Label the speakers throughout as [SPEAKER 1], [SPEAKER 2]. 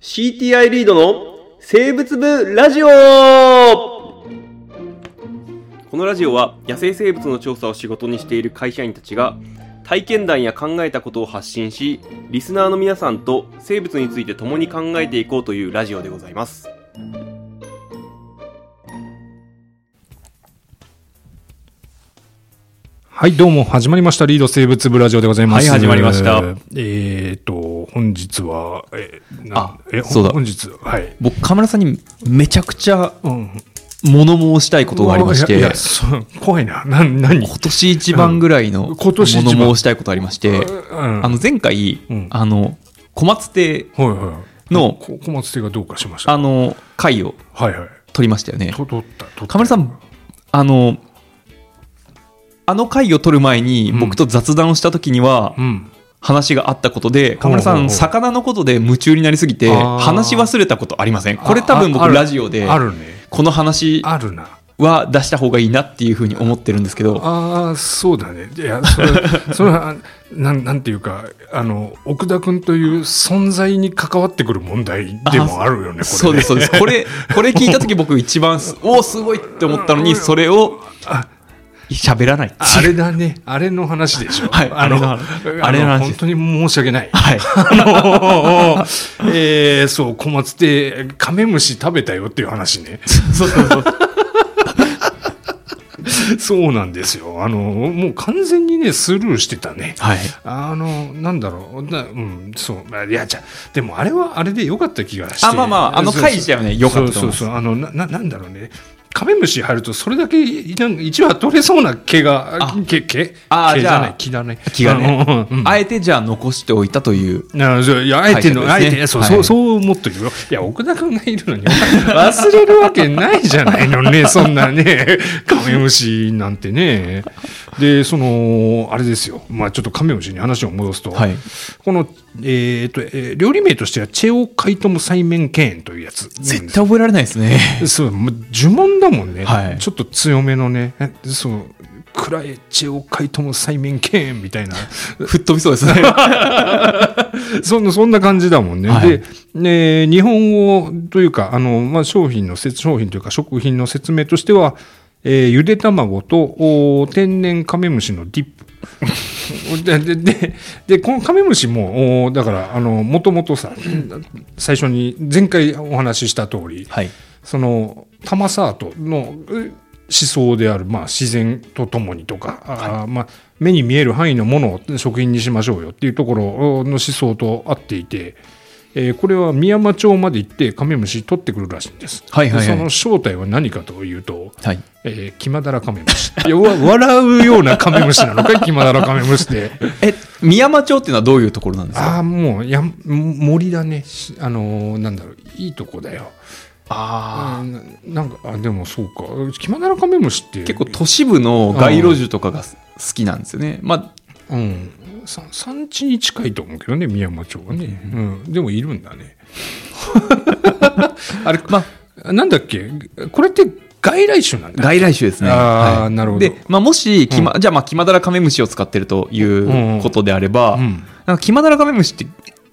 [SPEAKER 1] CTI リードの生物部ラジオこのラジオは野生生物の調査を仕事にしている会社員たちが体験談や考えたことを発信しリスナーの皆さんと生物について共に考えていこうというラジオでございます
[SPEAKER 2] はい、どうも、始まりました。リード生物部ラジオでございます。
[SPEAKER 3] はい始まりました
[SPEAKER 2] えーと、本日は、え、な
[SPEAKER 3] あ
[SPEAKER 2] え
[SPEAKER 3] そうだ
[SPEAKER 2] 本日、はい。
[SPEAKER 3] 僕、河村さんにめちゃくちゃ
[SPEAKER 2] うん。
[SPEAKER 3] 物申したいことがありまし
[SPEAKER 2] いや、
[SPEAKER 3] て
[SPEAKER 2] いや、そう怖いな。な、なに
[SPEAKER 3] 今年一番ぐらいの
[SPEAKER 2] うん
[SPEAKER 3] 物
[SPEAKER 2] 今年一番
[SPEAKER 3] 申したいことありまして、
[SPEAKER 2] うん
[SPEAKER 3] あの、前回
[SPEAKER 2] うん、
[SPEAKER 3] あの、小松亭
[SPEAKER 2] はいはい。
[SPEAKER 3] の
[SPEAKER 2] こ小松亭がどうかしました。
[SPEAKER 3] あの、回を
[SPEAKER 2] はいはい。
[SPEAKER 3] 取りましたよね。
[SPEAKER 2] と、取った、取った。
[SPEAKER 3] 河村さん、あの、あの回を取る前に
[SPEAKER 2] うん
[SPEAKER 3] 僕と雑談をした時には
[SPEAKER 2] うん。
[SPEAKER 3] 話があったことで、河村さ
[SPEAKER 2] ほうほ
[SPEAKER 3] ん、
[SPEAKER 2] うほう
[SPEAKER 3] 魚のことで夢中になりすぎて、
[SPEAKER 2] あー
[SPEAKER 3] 話し忘れたことありませんこれ多分
[SPEAKER 2] ああ
[SPEAKER 3] 僕
[SPEAKER 2] る
[SPEAKER 3] ラジオで、
[SPEAKER 2] あるね。
[SPEAKER 3] この話
[SPEAKER 2] あるな。
[SPEAKER 3] は出した方がいいなっていうふうに思ってるんですけど、
[SPEAKER 2] ああ、そうだね。いや、それ、それは、なん、なんていうか、あの、奥田くんという存在に関わってくる問題でもあるよね、これね。
[SPEAKER 3] そうです、そうです。これ、これ聞いた時僕一番す、おお、すごいって思ったのに、それを
[SPEAKER 2] あ
[SPEAKER 3] 喋らないって
[SPEAKER 2] あ
[SPEAKER 3] いう。
[SPEAKER 2] れだね。あれの話でしょ。
[SPEAKER 3] はい
[SPEAKER 2] あの、あ
[SPEAKER 3] あれのあれの
[SPEAKER 2] の
[SPEAKER 3] 話
[SPEAKER 2] 本当に申し訳 ない。
[SPEAKER 3] はい。
[SPEAKER 2] あのえーそう、小松でカメムシ食べたよっていう話ね。
[SPEAKER 3] そうそうそう。
[SPEAKER 2] そうなんですよ。あの、もう完全にね、スルーしてたね。
[SPEAKER 3] はい。
[SPEAKER 2] あの、なんだろう。なうん、そう。あいや、じゃあでもあれはあれで良かった気がして。
[SPEAKER 3] あまあまああの回自体はね良かっ
[SPEAKER 2] そ
[SPEAKER 3] たと思
[SPEAKER 2] う
[SPEAKER 3] い
[SPEAKER 2] そうそ
[SPEAKER 3] ます
[SPEAKER 2] う。あの、な、ななんだろうね。カメムシ入ると、それだけ、なんか一話取れそうな毛が、毛、毛
[SPEAKER 3] あー
[SPEAKER 2] 毛じゃな
[SPEAKER 3] じゃ
[SPEAKER 2] い
[SPEAKER 3] あ、
[SPEAKER 2] 気だね。
[SPEAKER 3] 気がね
[SPEAKER 2] あのうん。
[SPEAKER 3] あえてじゃあ残しておいたという。
[SPEAKER 2] なるほどいやあえての、あ
[SPEAKER 3] 解釈
[SPEAKER 2] え
[SPEAKER 3] ですね
[SPEAKER 2] てね、そう、
[SPEAKER 3] はい
[SPEAKER 2] そう、そう思っとくよ。いや、奥田君がいるのに、忘れるわけないじゃないの ね、そんなね、カメムシなんてね。で、その、あれですよ。まあ、ちょっとカメムシに話を戻すと、
[SPEAKER 3] はい
[SPEAKER 2] この、えーっと、えー料理名としては、チェオカイトムサイメンケーンというやつなんです。
[SPEAKER 3] 絶対覚えられないです ね。
[SPEAKER 2] そう、もう呪文だもんね、
[SPEAKER 3] はい
[SPEAKER 2] ちょっと強めのね、えそう、暗いチェオカイトムサイメンケーンみたいな。
[SPEAKER 3] 吹っ飛びそうで すね。
[SPEAKER 2] そんそんな感じだもんね。
[SPEAKER 3] はい
[SPEAKER 2] で、ね、日本語というか、あの、まあ、商品の説、商品というか食品の説明としては、えーゆで卵とおー天然カメムシのディップ。 ででででこのカメムシもおーだからあのもともとさ最初に前回お話しした通り、
[SPEAKER 3] はい。
[SPEAKER 2] そのタマサートのえ思想である、まあ、自然とともにとか、あーまあ、目に見える範囲のものを食品にしましょうよっていうところの思想と合っていて、えーこれは美山町まで行ってカメムシ取ってくるらしいんです。
[SPEAKER 3] はいはいはい
[SPEAKER 2] でその正体は何かというと、
[SPEAKER 3] はい。
[SPEAKER 2] えーキマダラカメムシ。 いやわ笑うようなカメムシなのかいキマダラカメムシっ て。
[SPEAKER 3] え、宮山町っていうのはどういうところなんですか
[SPEAKER 2] ああ、もうやん森だね。しあのーなんだろう、いいとこだよ。
[SPEAKER 3] ああ。
[SPEAKER 2] あーなんかあでもそうかキマダラカメムシって
[SPEAKER 3] 結構都市部の街路樹とかが好きなんですよね。ま
[SPEAKER 2] うんさ産地に近いと思うけどね宮山町はね、うんでもいるんだ ねあれ、
[SPEAKER 3] ま
[SPEAKER 2] なんだっけこれって外来種なん
[SPEAKER 3] あ、
[SPEAKER 2] だ
[SPEAKER 3] 外来種ですね。
[SPEAKER 2] ああ、
[SPEAKER 3] はい
[SPEAKER 2] なるほど
[SPEAKER 3] で、まあ、もし、きま、じゃあ、まあ、キマダラカメムシを使ってるということであれば、
[SPEAKER 2] うん
[SPEAKER 3] なんかキマダラカメムシって、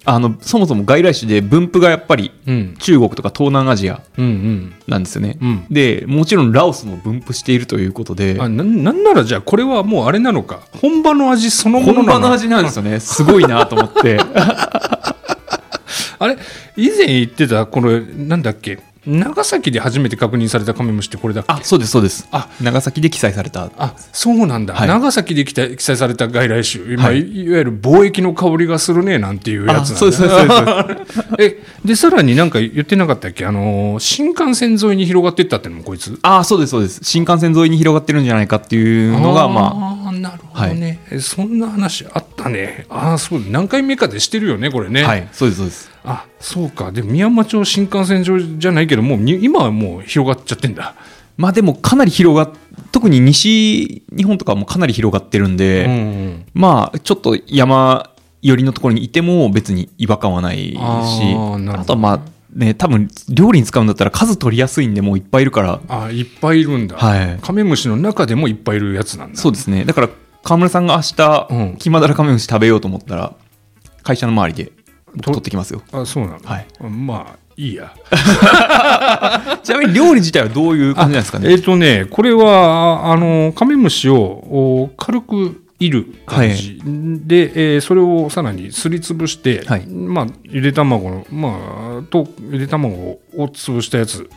[SPEAKER 3] あの、そもそも外来種で分布がやっぱり
[SPEAKER 2] うん
[SPEAKER 3] 中国とか東南アジア
[SPEAKER 2] うん
[SPEAKER 3] なんですよね。
[SPEAKER 2] うん
[SPEAKER 3] で、もちろんラオスも分布しているということ
[SPEAKER 2] う
[SPEAKER 3] で
[SPEAKER 2] ん、あ、なんなんならじゃあこれはもうあれなのか本場の味そのものな
[SPEAKER 3] 本
[SPEAKER 2] の
[SPEAKER 3] 場の味なんですよね。すごいなと思って。
[SPEAKER 2] あれ以前言ってたこれなんだっけ長崎で初めて確認されたカメムシってこれだっけ
[SPEAKER 3] あ、そうです、そうです。
[SPEAKER 2] あ
[SPEAKER 3] 長崎で記載された。
[SPEAKER 2] あそうなんだ、
[SPEAKER 3] はい
[SPEAKER 2] 長崎で記載記載された外来種、今、
[SPEAKER 3] はいい
[SPEAKER 2] いわゆる貿易の香りがするねなんていうやつ
[SPEAKER 3] あそうですそうです
[SPEAKER 2] なんだえでさらになんか言ってなかったっけ、あのー新幹線沿いに広がっていったってのもこいつ
[SPEAKER 3] ああ、そうです、そうです。新幹線沿いに広がってるんじゃないかっていうのが、まあ、
[SPEAKER 2] あーなるほどね、えそんな話あったねああそう何回目かでしてるよねこれね、
[SPEAKER 3] はい、そうです、そうです。
[SPEAKER 2] あそうかで宮山町新幹線上じゃないけどもうに今はもう広がっちゃってんだ
[SPEAKER 3] まあでもかなり広がっ、特に西日本とかもかなり広がってるんで、
[SPEAKER 2] うん
[SPEAKER 3] まあちょっと山寄りのところにいても別に違和感はないし、
[SPEAKER 2] あーなるほど
[SPEAKER 3] あとはまあね、多分料理に使うんだったら数取りやすいんでもういっぱいいるから、
[SPEAKER 2] あいっぱいいるんだ、
[SPEAKER 3] はい
[SPEAKER 2] カメムシの中でもいっぱいいるやつなんだ
[SPEAKER 3] そうですね。だから河村さんが明日、
[SPEAKER 2] うん
[SPEAKER 3] キマダラカメムシ食べようと思ったら、会社の周りで僕取ってきますよ。
[SPEAKER 2] あそうなの、
[SPEAKER 3] はい
[SPEAKER 2] まあいいや
[SPEAKER 3] ちなみに料理自体はどういう感じなんですか
[SPEAKER 2] え
[SPEAKER 3] ね
[SPEAKER 2] っ、とねこれはあのカメムシをお軽くいる感じ、で、えーそれをさらにすりつぶして、
[SPEAKER 3] はい
[SPEAKER 2] まあ、ゆで卵の、まあ、とゆで卵を潰したやつ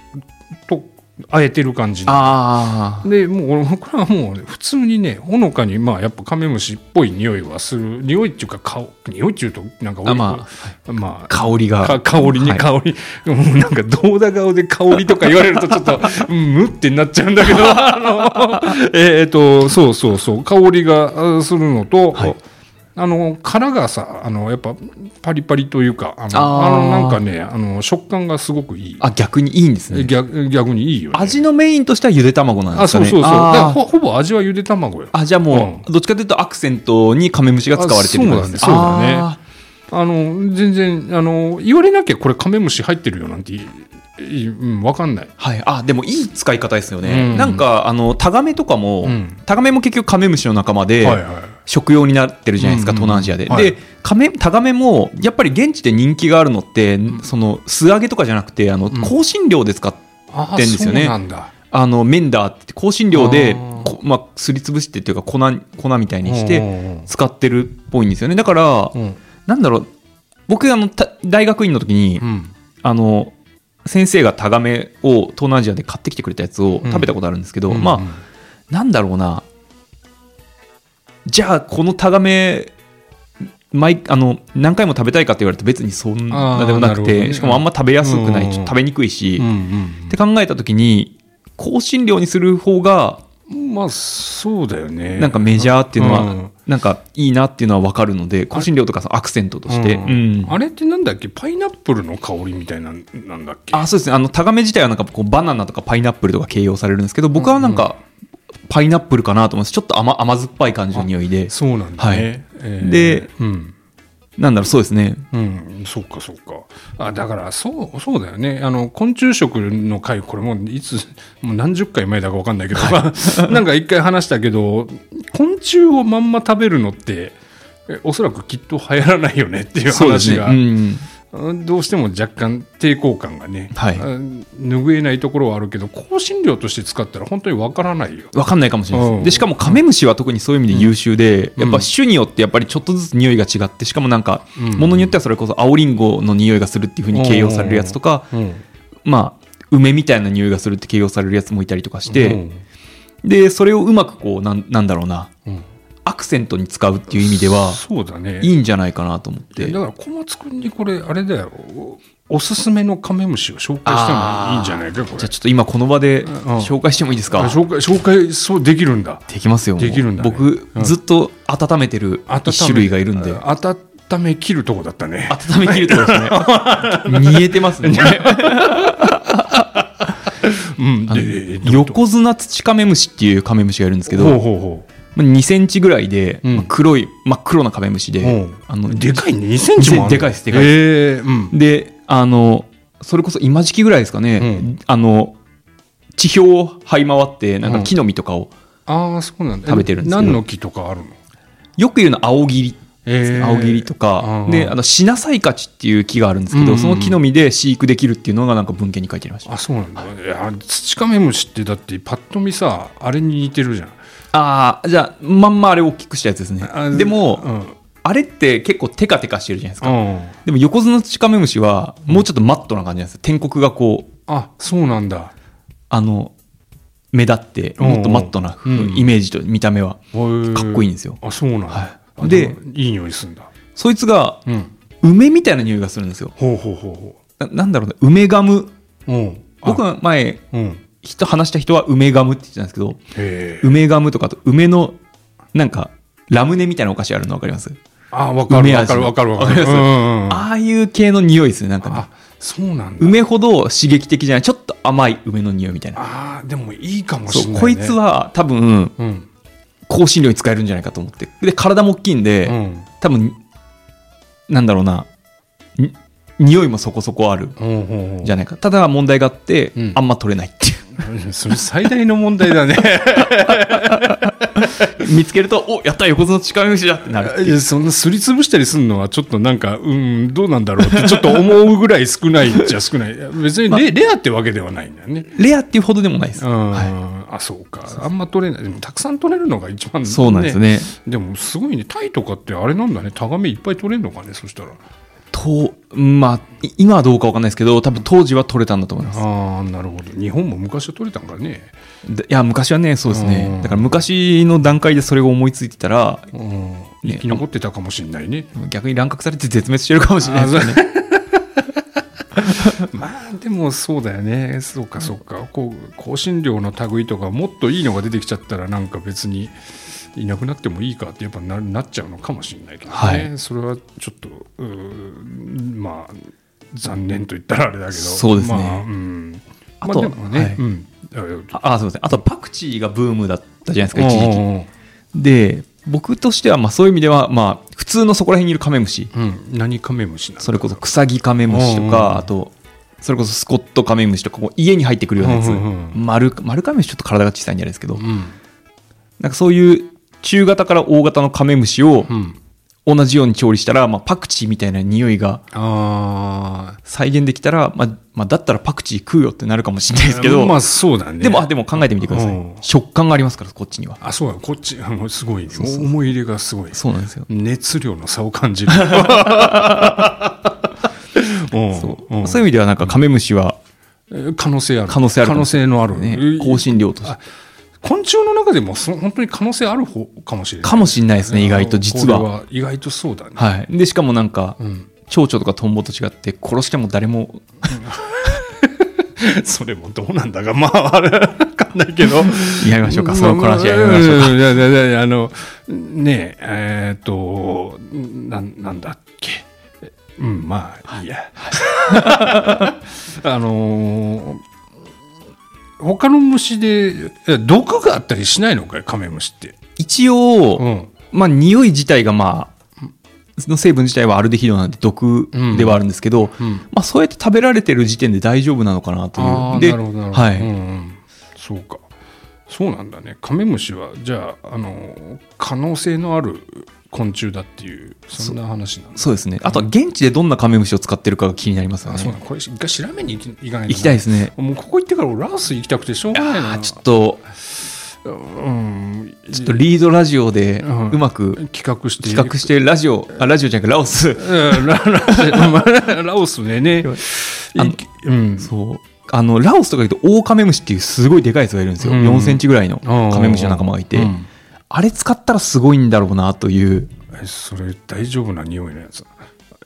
[SPEAKER 2] とあえてる感じの
[SPEAKER 3] ああ。
[SPEAKER 2] でもうこれはもうね普通にねほのかにまあやっぱカメムシっぽい匂いはする匂いっていうか香匂いっていうとなんか
[SPEAKER 3] あま
[SPEAKER 2] あま
[SPEAKER 3] 香り
[SPEAKER 2] あか
[SPEAKER 3] が。
[SPEAKER 2] 香りに
[SPEAKER 3] はい
[SPEAKER 2] 香り、もうなんかどうだ顔で香りとか言われるとちょっとうんむってなっちゃうんだけ どあのえっとそうそうそう香りがあするのと、
[SPEAKER 3] はい
[SPEAKER 2] あの殻がさあのやっぱパリパリというかあの
[SPEAKER 3] あー
[SPEAKER 2] あのなんかねあの食感がすごくいい
[SPEAKER 3] あ、逆にいいんですね。
[SPEAKER 2] 逆逆にいいよね
[SPEAKER 3] 味のメインとしてはゆで卵なんで
[SPEAKER 2] あ
[SPEAKER 3] すか
[SPEAKER 2] そうそ
[SPEAKER 3] ね。
[SPEAKER 2] うそうだから
[SPEAKER 3] あー
[SPEAKER 2] ほほぼ味はゆで卵よ
[SPEAKER 3] あじゃあもう、どっちかというとアクセントにカメムシが使われてる感じです
[SPEAKER 2] あそうだねそうだね
[SPEAKER 3] あ
[SPEAKER 2] あの全然あの言われなきゃこれカメムシ入ってるよなんていいいうん、分かんない
[SPEAKER 3] ーはい。あ、でもいい使い方ですよね。
[SPEAKER 2] うん
[SPEAKER 3] なんか、あの、タガメとかも、
[SPEAKER 2] うん
[SPEAKER 3] タガメも結局カメムシの仲間で、
[SPEAKER 2] はいはい
[SPEAKER 3] 食用になってるじゃないですか、
[SPEAKER 2] うんうん
[SPEAKER 3] 東南アジアで。
[SPEAKER 2] はい
[SPEAKER 3] で、カメ、タガメも、やっぱり現地で人気があるのって、その、素揚げとかじゃなくて、あの、
[SPEAKER 2] ん
[SPEAKER 3] 香辛料で使っ
[SPEAKER 2] あ
[SPEAKER 3] ってんですよね
[SPEAKER 2] そうなんだ
[SPEAKER 3] あの、メンダーって香辛料で
[SPEAKER 2] あー、
[SPEAKER 3] こまあ、すりつぶしてっていうか、粉、粉みたいにし
[SPEAKER 2] う
[SPEAKER 3] て、
[SPEAKER 2] ん
[SPEAKER 3] 使ってるっぽいんですよね。だから
[SPEAKER 2] う、ん
[SPEAKER 3] なんだろう、僕、あの、た大学院の時に
[SPEAKER 2] う、ん
[SPEAKER 3] あの、先生がタガメを東南アジアで買ってきてくれたやつを食べたことあるんですけど、
[SPEAKER 2] うん
[SPEAKER 3] まあ、なんだろうな、じゃあ、このタガメ、毎あの何回も食べたいかって言われると別にそんなでもなく
[SPEAKER 2] あーなるほど
[SPEAKER 3] て
[SPEAKER 2] ね
[SPEAKER 3] しかもあんま食べやすくない、
[SPEAKER 2] うん
[SPEAKER 3] 食べにくいし、
[SPEAKER 2] うん
[SPEAKER 3] っ
[SPEAKER 2] うん
[SPEAKER 3] て考えた時に香辛料にする方が
[SPEAKER 2] うんまあそうだよね
[SPEAKER 3] なんかメジャーっていうのは、
[SPEAKER 2] うん
[SPEAKER 3] なんかいいなっていうのは分かるので香辛料とかそのアクセントとして、
[SPEAKER 2] うん
[SPEAKER 3] うん
[SPEAKER 2] あれってなんだっけパイナップルの香りみたいなんなんだっけ
[SPEAKER 3] あそうですねあのタガメ自体はなんかこうバナナとかパイナップルとか形容されるんですけど僕はなんかパイナップルかなと思いますちょっと甘甘酸っぱい感じの匂いで
[SPEAKER 2] そうなんだ
[SPEAKER 3] はい
[SPEAKER 2] ねえー
[SPEAKER 3] で
[SPEAKER 2] うん
[SPEAKER 3] なんだろうそうですね
[SPEAKER 2] うん、そうかそうかあだからそうそうだよねあの昆虫食の回これもういつもう何十回前だか分かんないけど、 なんか一回話したけど昆虫をまんま食べるのってえおそらくきっと流行らないよねっていう
[SPEAKER 3] そうです
[SPEAKER 2] 話
[SPEAKER 3] ね、
[SPEAKER 2] が
[SPEAKER 3] うん、
[SPEAKER 2] うんどうしても若干抵抗感がね、
[SPEAKER 3] はい
[SPEAKER 2] うん拭えないところはあるけど香辛料として使ったら本当に分からないよ。
[SPEAKER 3] 分かんないかもしれないで
[SPEAKER 2] うん
[SPEAKER 3] すでしかもカメムシは特にそういう意味で優秀で、
[SPEAKER 2] うん
[SPEAKER 3] やっぱ種によってやっぱりちょっとずつ匂いが違ってしかもなんか
[SPEAKER 2] うん
[SPEAKER 3] ものによってはそれこそ青リンゴの匂いがするっていうふうに形容されるやつとか、まあ梅みたいな匂いがするって形容されるやつもいたりとかして、
[SPEAKER 2] うん
[SPEAKER 3] でそれをうまくこうなんなんだろうな
[SPEAKER 2] うん
[SPEAKER 3] アクセントに使うっていう意味では
[SPEAKER 2] そうだね
[SPEAKER 3] いいんじゃないかなと思って
[SPEAKER 2] だから小松君にこれあれだよおおすすめのカメムシを紹介してもいいんじゃないかこ
[SPEAKER 3] じゃあ
[SPEAKER 2] れ
[SPEAKER 3] ちょっと今この場で
[SPEAKER 2] ん
[SPEAKER 3] 紹介してもいいですか
[SPEAKER 2] あ紹介紹介そうできるんだ
[SPEAKER 3] できますよもう
[SPEAKER 2] できるんだね
[SPEAKER 3] 僕
[SPEAKER 2] うん
[SPEAKER 3] ずっと温めてる
[SPEAKER 2] 温め
[SPEAKER 3] 一種類がいるんで
[SPEAKER 2] あ温め切るとこだったね
[SPEAKER 3] 温め切るとですね 煮えてますね
[SPEAKER 2] うん
[SPEAKER 3] あの
[SPEAKER 2] ででで
[SPEAKER 3] 横綱土カメムシっていうカメムシがいるんですけ
[SPEAKER 2] ほう
[SPEAKER 3] ど
[SPEAKER 2] ほうほ
[SPEAKER 3] まあ2センチぐらいで
[SPEAKER 2] うん
[SPEAKER 3] まあ黒い真っ黒なカメムシ
[SPEAKER 2] うほ
[SPEAKER 3] で
[SPEAKER 2] う
[SPEAKER 3] あの
[SPEAKER 2] でかい2センチもある
[SPEAKER 3] でかいですでかいで
[SPEAKER 2] ええうん
[SPEAKER 3] であのそれこそ今時期ぐらいですかね、
[SPEAKER 2] うん
[SPEAKER 3] あの地表を這い回ってなん
[SPEAKER 2] う
[SPEAKER 3] か
[SPEAKER 2] ん
[SPEAKER 3] 木の実とかを
[SPEAKER 2] ああそうなんだ
[SPEAKER 3] 食べてるんですけど
[SPEAKER 2] 何の木とかあるの
[SPEAKER 3] よく言うのは青切り、
[SPEAKER 2] ええ
[SPEAKER 3] 青切りと
[SPEAKER 2] うん
[SPEAKER 3] か
[SPEAKER 2] うん
[SPEAKER 3] であのシナサイカチっていう木があるんですけ
[SPEAKER 2] うん
[SPEAKER 3] ど、
[SPEAKER 2] うんうん
[SPEAKER 3] その木の実で飼育できるっていうのがなんか文献に書いてありました
[SPEAKER 2] あそうなんだいや土カメムシってだってパッと見さあれに似てるじゃん
[SPEAKER 3] ああじゃあまんまあれを大きくしたやつですね
[SPEAKER 2] あ
[SPEAKER 3] でも、
[SPEAKER 2] うん
[SPEAKER 3] あれって結構テカテカしてるじゃないですか、
[SPEAKER 2] うん
[SPEAKER 3] でも横綱土カメムシはもうちょっとマットな感じなんですよ天国がこう
[SPEAKER 2] あそうなんだ
[SPEAKER 3] あの目立って
[SPEAKER 2] うんうん
[SPEAKER 3] もっとマットなふう、
[SPEAKER 2] うん
[SPEAKER 3] イメージと見た目は
[SPEAKER 2] か
[SPEAKER 3] っこいいんですよ
[SPEAKER 2] あそうなんだ、
[SPEAKER 3] はい
[SPEAKER 2] あで
[SPEAKER 3] で
[SPEAKER 2] もいい匂いするんだ
[SPEAKER 3] そいつが
[SPEAKER 2] うん
[SPEAKER 3] 梅みたいな匂いがするんですよ。
[SPEAKER 2] ほうほうほうほ
[SPEAKER 3] ななんだろうな、梅ガム。
[SPEAKER 2] ううん
[SPEAKER 3] 僕
[SPEAKER 2] は
[SPEAKER 3] が前、
[SPEAKER 2] うんへ
[SPEAKER 3] 人、話した人は梅ガムって言ってたんですけど、
[SPEAKER 2] え
[SPEAKER 3] 梅ガムとかと梅の、なんか、ラムネみたいなお菓子あるの分かります
[SPEAKER 2] あわかる
[SPEAKER 3] 梅
[SPEAKER 2] わか
[SPEAKER 3] 味
[SPEAKER 2] る
[SPEAKER 3] の
[SPEAKER 2] わかるわか
[SPEAKER 3] わかり
[SPEAKER 2] る
[SPEAKER 3] ます
[SPEAKER 2] うんうんうん
[SPEAKER 3] ああいう系の匂いですね、なんかね
[SPEAKER 2] あそうなんだ
[SPEAKER 3] 梅ほど刺激的じゃない、ちょっと甘い梅の匂いみたいな。
[SPEAKER 2] あーでもいいかもしれ
[SPEAKER 3] そ、
[SPEAKER 2] ないうね
[SPEAKER 3] こいつは多分、
[SPEAKER 2] うん
[SPEAKER 3] 香辛料に使えるんじゃないかと思って。で、体も大きいん
[SPEAKER 2] う
[SPEAKER 3] で、
[SPEAKER 2] ん
[SPEAKER 3] 多分、なんだろうな、に匂いもそこそこある
[SPEAKER 2] ほうほうほう
[SPEAKER 3] じゃないか。ただ問題があって
[SPEAKER 2] うん、
[SPEAKER 3] あんま取れないっていう。
[SPEAKER 2] それ最大の問題だね。
[SPEAKER 3] 見つけると、おやった、横綱の近い虫だってな る。
[SPEAKER 2] いやそんなすりつぶしたりするのはちょっとなんかうんどうなんだろうってちょっと思うぐらい少ないじゃ少ないいや別にレ,、レアってわけではないんだよね
[SPEAKER 3] レアっていうほどでもないです。
[SPEAKER 2] うん、
[SPEAKER 3] は
[SPEAKER 2] あそうかあんま取れないでもたくさん取れるのが一番
[SPEAKER 3] い、そうなんですね。
[SPEAKER 2] でもすごいねタイとかってあれなんだねタガメいっぱい取れるのかねそしたら
[SPEAKER 3] と、まあ、い今はどうかわかんないですけど、多分当時は取れたんだと思います。
[SPEAKER 2] ああなるほど日本も昔は取れたんかね
[SPEAKER 3] でいや、昔はね、そうです
[SPEAKER 2] う
[SPEAKER 3] ね
[SPEAKER 2] ん。
[SPEAKER 3] だから昔の段階でそれが思いついてたら、
[SPEAKER 2] うん生き残ってたかもしれないね
[SPEAKER 3] 逆に乱獲されて絶滅してるかもしれないですよね。
[SPEAKER 2] まあでもそうだよねそうかそうかこう香辛料の類とかもっといいのが出てきちゃったらなんか別にいなくなってもいいかってやっぱななっちゃうのかもしれないけどね、
[SPEAKER 3] はい
[SPEAKER 2] それはちょっとうーまあ残念と言ったらあれだけど
[SPEAKER 3] そうですね
[SPEAKER 2] まあうん、
[SPEAKER 3] あと
[SPEAKER 2] までもね、
[SPEAKER 3] はい
[SPEAKER 2] うん
[SPEAKER 3] あ、あすみません。あと、パクチーがブームだったじゃないですか、一時期。
[SPEAKER 2] 時
[SPEAKER 3] で、僕としては、まあ、そういう意味では、まあ、普通のそこら辺にいるカメムシ、
[SPEAKER 2] うん、何カメムシなの
[SPEAKER 3] それこそクサギカメムシと
[SPEAKER 2] うん
[SPEAKER 3] か、あと、それこそスコットカメムシとか、こう家に入ってくるようなやつ、
[SPEAKER 2] うんうんう
[SPEAKER 3] 丸丸カメムシちょっと体が小さいんじゃないですけど、
[SPEAKER 2] うん
[SPEAKER 3] なんかそういう中型から大型のカメムシを
[SPEAKER 2] うん、
[SPEAKER 3] 同じように調理したら、まあ、パクチーみたいな匂いが
[SPEAKER 2] ああ
[SPEAKER 3] 再現できたら、まあまあ、だったらパクチー食うよってなるかもしれないですけど、
[SPEAKER 2] まあそうだね
[SPEAKER 3] でもあでも考えてみてくださ
[SPEAKER 2] う
[SPEAKER 3] い
[SPEAKER 2] ん
[SPEAKER 3] 食感がありますからこっちには
[SPEAKER 2] あそうだこっちあのすごいね
[SPEAKER 3] そうそう
[SPEAKER 2] 思い入れがすごい
[SPEAKER 3] そうなんですよ
[SPEAKER 2] 熱量の差を感じ る。うん
[SPEAKER 3] そう
[SPEAKER 2] うん
[SPEAKER 3] そういう意味ではなんかカメムシは
[SPEAKER 2] 可能性ある。
[SPEAKER 3] 可能性ある
[SPEAKER 2] 可能性のある。
[SPEAKER 3] ね
[SPEAKER 2] うん
[SPEAKER 3] 香辛料として
[SPEAKER 2] 昆虫の中でもそ本当に可能性ある方かもしれない。
[SPEAKER 3] かもしれないですね意外と実は
[SPEAKER 2] これ意外とそう だね。
[SPEAKER 3] はいでしかもなんか、
[SPEAKER 2] ん
[SPEAKER 3] 蝶々とかトンボと違って殺しても誰も
[SPEAKER 2] それもどうなんだか、まあ、あれ、わかんないけど。
[SPEAKER 3] やりましょうか、その
[SPEAKER 2] まあ
[SPEAKER 3] 話はやりましょうか
[SPEAKER 2] んいやいやいや、あの、ねえ、えーっと、なん、なんだっけ。えうん、まあ、いいや。 あのー他の虫で、いや毒があったりしないのかい、カメムシって。
[SPEAKER 3] 一応、
[SPEAKER 2] うん。
[SPEAKER 3] まあ匂い自体がまあその成分自体はアルデヒドなんで毒ではあるんですけど、
[SPEAKER 2] うん
[SPEAKER 3] まあ、そうやって食べられてる時点で大丈夫なのかなという
[SPEAKER 2] ああ、
[SPEAKER 3] で
[SPEAKER 2] なるほど、なるほど。
[SPEAKER 3] はい
[SPEAKER 2] うんうんそうか。そうなんだね。カメムシは、じゃあ、あの、可能性のある昆虫だっていう、そんな話なんです
[SPEAKER 3] そうですねあとは現地でどんなカメムシを使ってるかが気になりますよ
[SPEAKER 2] あ、そうな
[SPEAKER 3] ね
[SPEAKER 2] の。これ、一回調べに行き行かないとな
[SPEAKER 3] 行きたいですね
[SPEAKER 2] もうここ行ってから俺ラオス行きたくてしょうがない
[SPEAKER 3] あ
[SPEAKER 2] な。
[SPEAKER 3] あちょっと
[SPEAKER 2] うん、
[SPEAKER 3] ちょっとリードラジオで
[SPEAKER 2] うん
[SPEAKER 3] うまく
[SPEAKER 2] 企画して。
[SPEAKER 3] 企画してラジオあラジオじゃなくてラオス
[SPEAKER 2] うんララララオスでね。
[SPEAKER 3] あの
[SPEAKER 2] いきうん。
[SPEAKER 3] そうあのラオスとか言うとオオカメムシっていうすごいでかいやつがいるんですよ、
[SPEAKER 2] うん
[SPEAKER 3] 4センチぐらいの
[SPEAKER 2] うん
[SPEAKER 3] カメムシの仲間がいて、
[SPEAKER 2] うん
[SPEAKER 3] あれ使ったらすごいんだろうなという
[SPEAKER 2] えそれ大丈夫な匂いのやつ。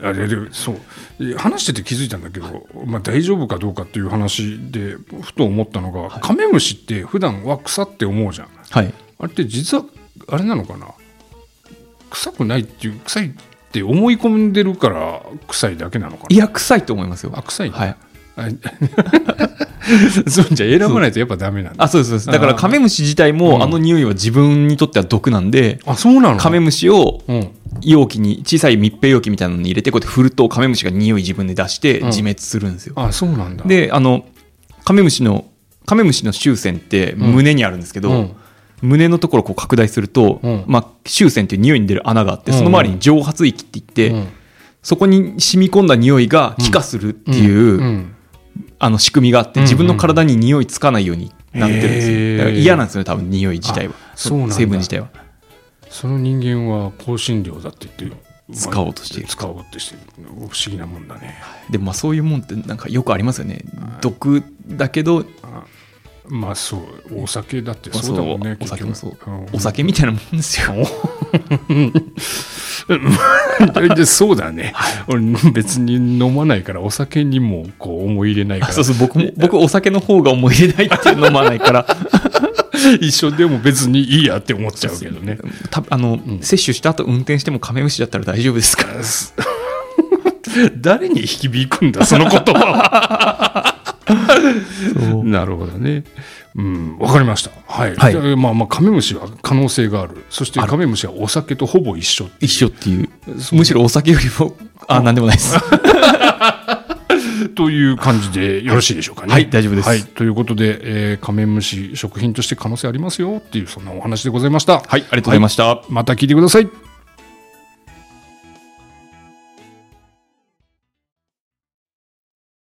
[SPEAKER 2] あれでそうえ話してて気づいたんだけど、まあ、大丈夫かどうかっていう話でふと思ったのが、カメムシって普段は草って思うじゃん
[SPEAKER 3] はい
[SPEAKER 2] あれって実はあれなのかな臭くないっていう臭いって思い込んでるから臭いだけなのかない
[SPEAKER 3] や臭いと思いますよ
[SPEAKER 2] あ臭いんだ
[SPEAKER 3] はい
[SPEAKER 2] あ そうじゃ選ばないとやっぱダメなんだ。
[SPEAKER 3] あそうですそうですだか
[SPEAKER 2] あ
[SPEAKER 3] ら
[SPEAKER 2] ー
[SPEAKER 3] カメムシ自体も、
[SPEAKER 2] うん
[SPEAKER 3] あの匂いは自分にとっては毒なんで
[SPEAKER 2] あそうなの
[SPEAKER 3] カメムシを
[SPEAKER 2] うん。
[SPEAKER 3] 容器に小さい密閉容器みたいなのに入れてこうやって振るとカメムシが匂い自分で出して
[SPEAKER 2] うん
[SPEAKER 3] 自滅するんですよ、
[SPEAKER 2] あそうなんだ。、
[SPEAKER 3] であのカメムシのカメムシの臭腺って
[SPEAKER 2] ん
[SPEAKER 3] 胸にあるんですけど、
[SPEAKER 2] うん
[SPEAKER 3] 胸のところをこう拡大すると、
[SPEAKER 2] うん
[SPEAKER 3] まあ、臭腺っていう匂いに出る穴があってその周りに蒸発液っていって、
[SPEAKER 2] うん、っ
[SPEAKER 3] そこに染み込んだ匂いが気化するっていう、
[SPEAKER 2] うん
[SPEAKER 3] あの仕組みがあって、
[SPEAKER 2] うんうん
[SPEAKER 3] 自分の体に匂いつかないようになってるんです
[SPEAKER 2] へー
[SPEAKER 3] よ。だから嫌なんですよね、多分匂い自体は
[SPEAKER 2] あ。そうなんだ
[SPEAKER 3] 成分自体は。
[SPEAKER 2] その人間は香辛料だって言って
[SPEAKER 3] 使おうとしている
[SPEAKER 2] 使おうとしている。不思議なもんだね。
[SPEAKER 3] でもまあそういうもんってなんかよくありますよね。毒だけど、
[SPEAKER 2] まあそう、お酒だって
[SPEAKER 3] まあ
[SPEAKER 2] そうだもんね、
[SPEAKER 3] お酒もそう
[SPEAKER 2] 結局。
[SPEAKER 3] お酒みたいなもんですよ。
[SPEAKER 2] うん でそうだね。俺別に飲まないからお酒にもこう思い入れないか
[SPEAKER 3] あ
[SPEAKER 2] ら
[SPEAKER 3] そう。そう、僕も、僕お酒の方が思い入れないっていう飲まない から、
[SPEAKER 2] 一緒でも別にいいやって思っちゃうけどね。
[SPEAKER 3] たあの、摂取した後運転してもカメムシだったら大丈夫ですから。
[SPEAKER 2] 誰に響くんだその言葉は
[SPEAKER 3] そう
[SPEAKER 2] なるほどねうんわかりましたはい、
[SPEAKER 3] はい
[SPEAKER 2] じゃあまあまあカメムシは可能性があるそしてカメムシはお酒とほぼ 一緒
[SPEAKER 3] 一緒っていう。むしろお酒よりも、あ、なんでもないです。
[SPEAKER 2] という感じでよろしいでしょうかね。
[SPEAKER 3] はい大丈夫です
[SPEAKER 2] はい、ということで、えー、カメムシ食品として可能性ありますよっていうそんなお話でございました。
[SPEAKER 3] はい、ありがとうございました。
[SPEAKER 2] また聞いてください。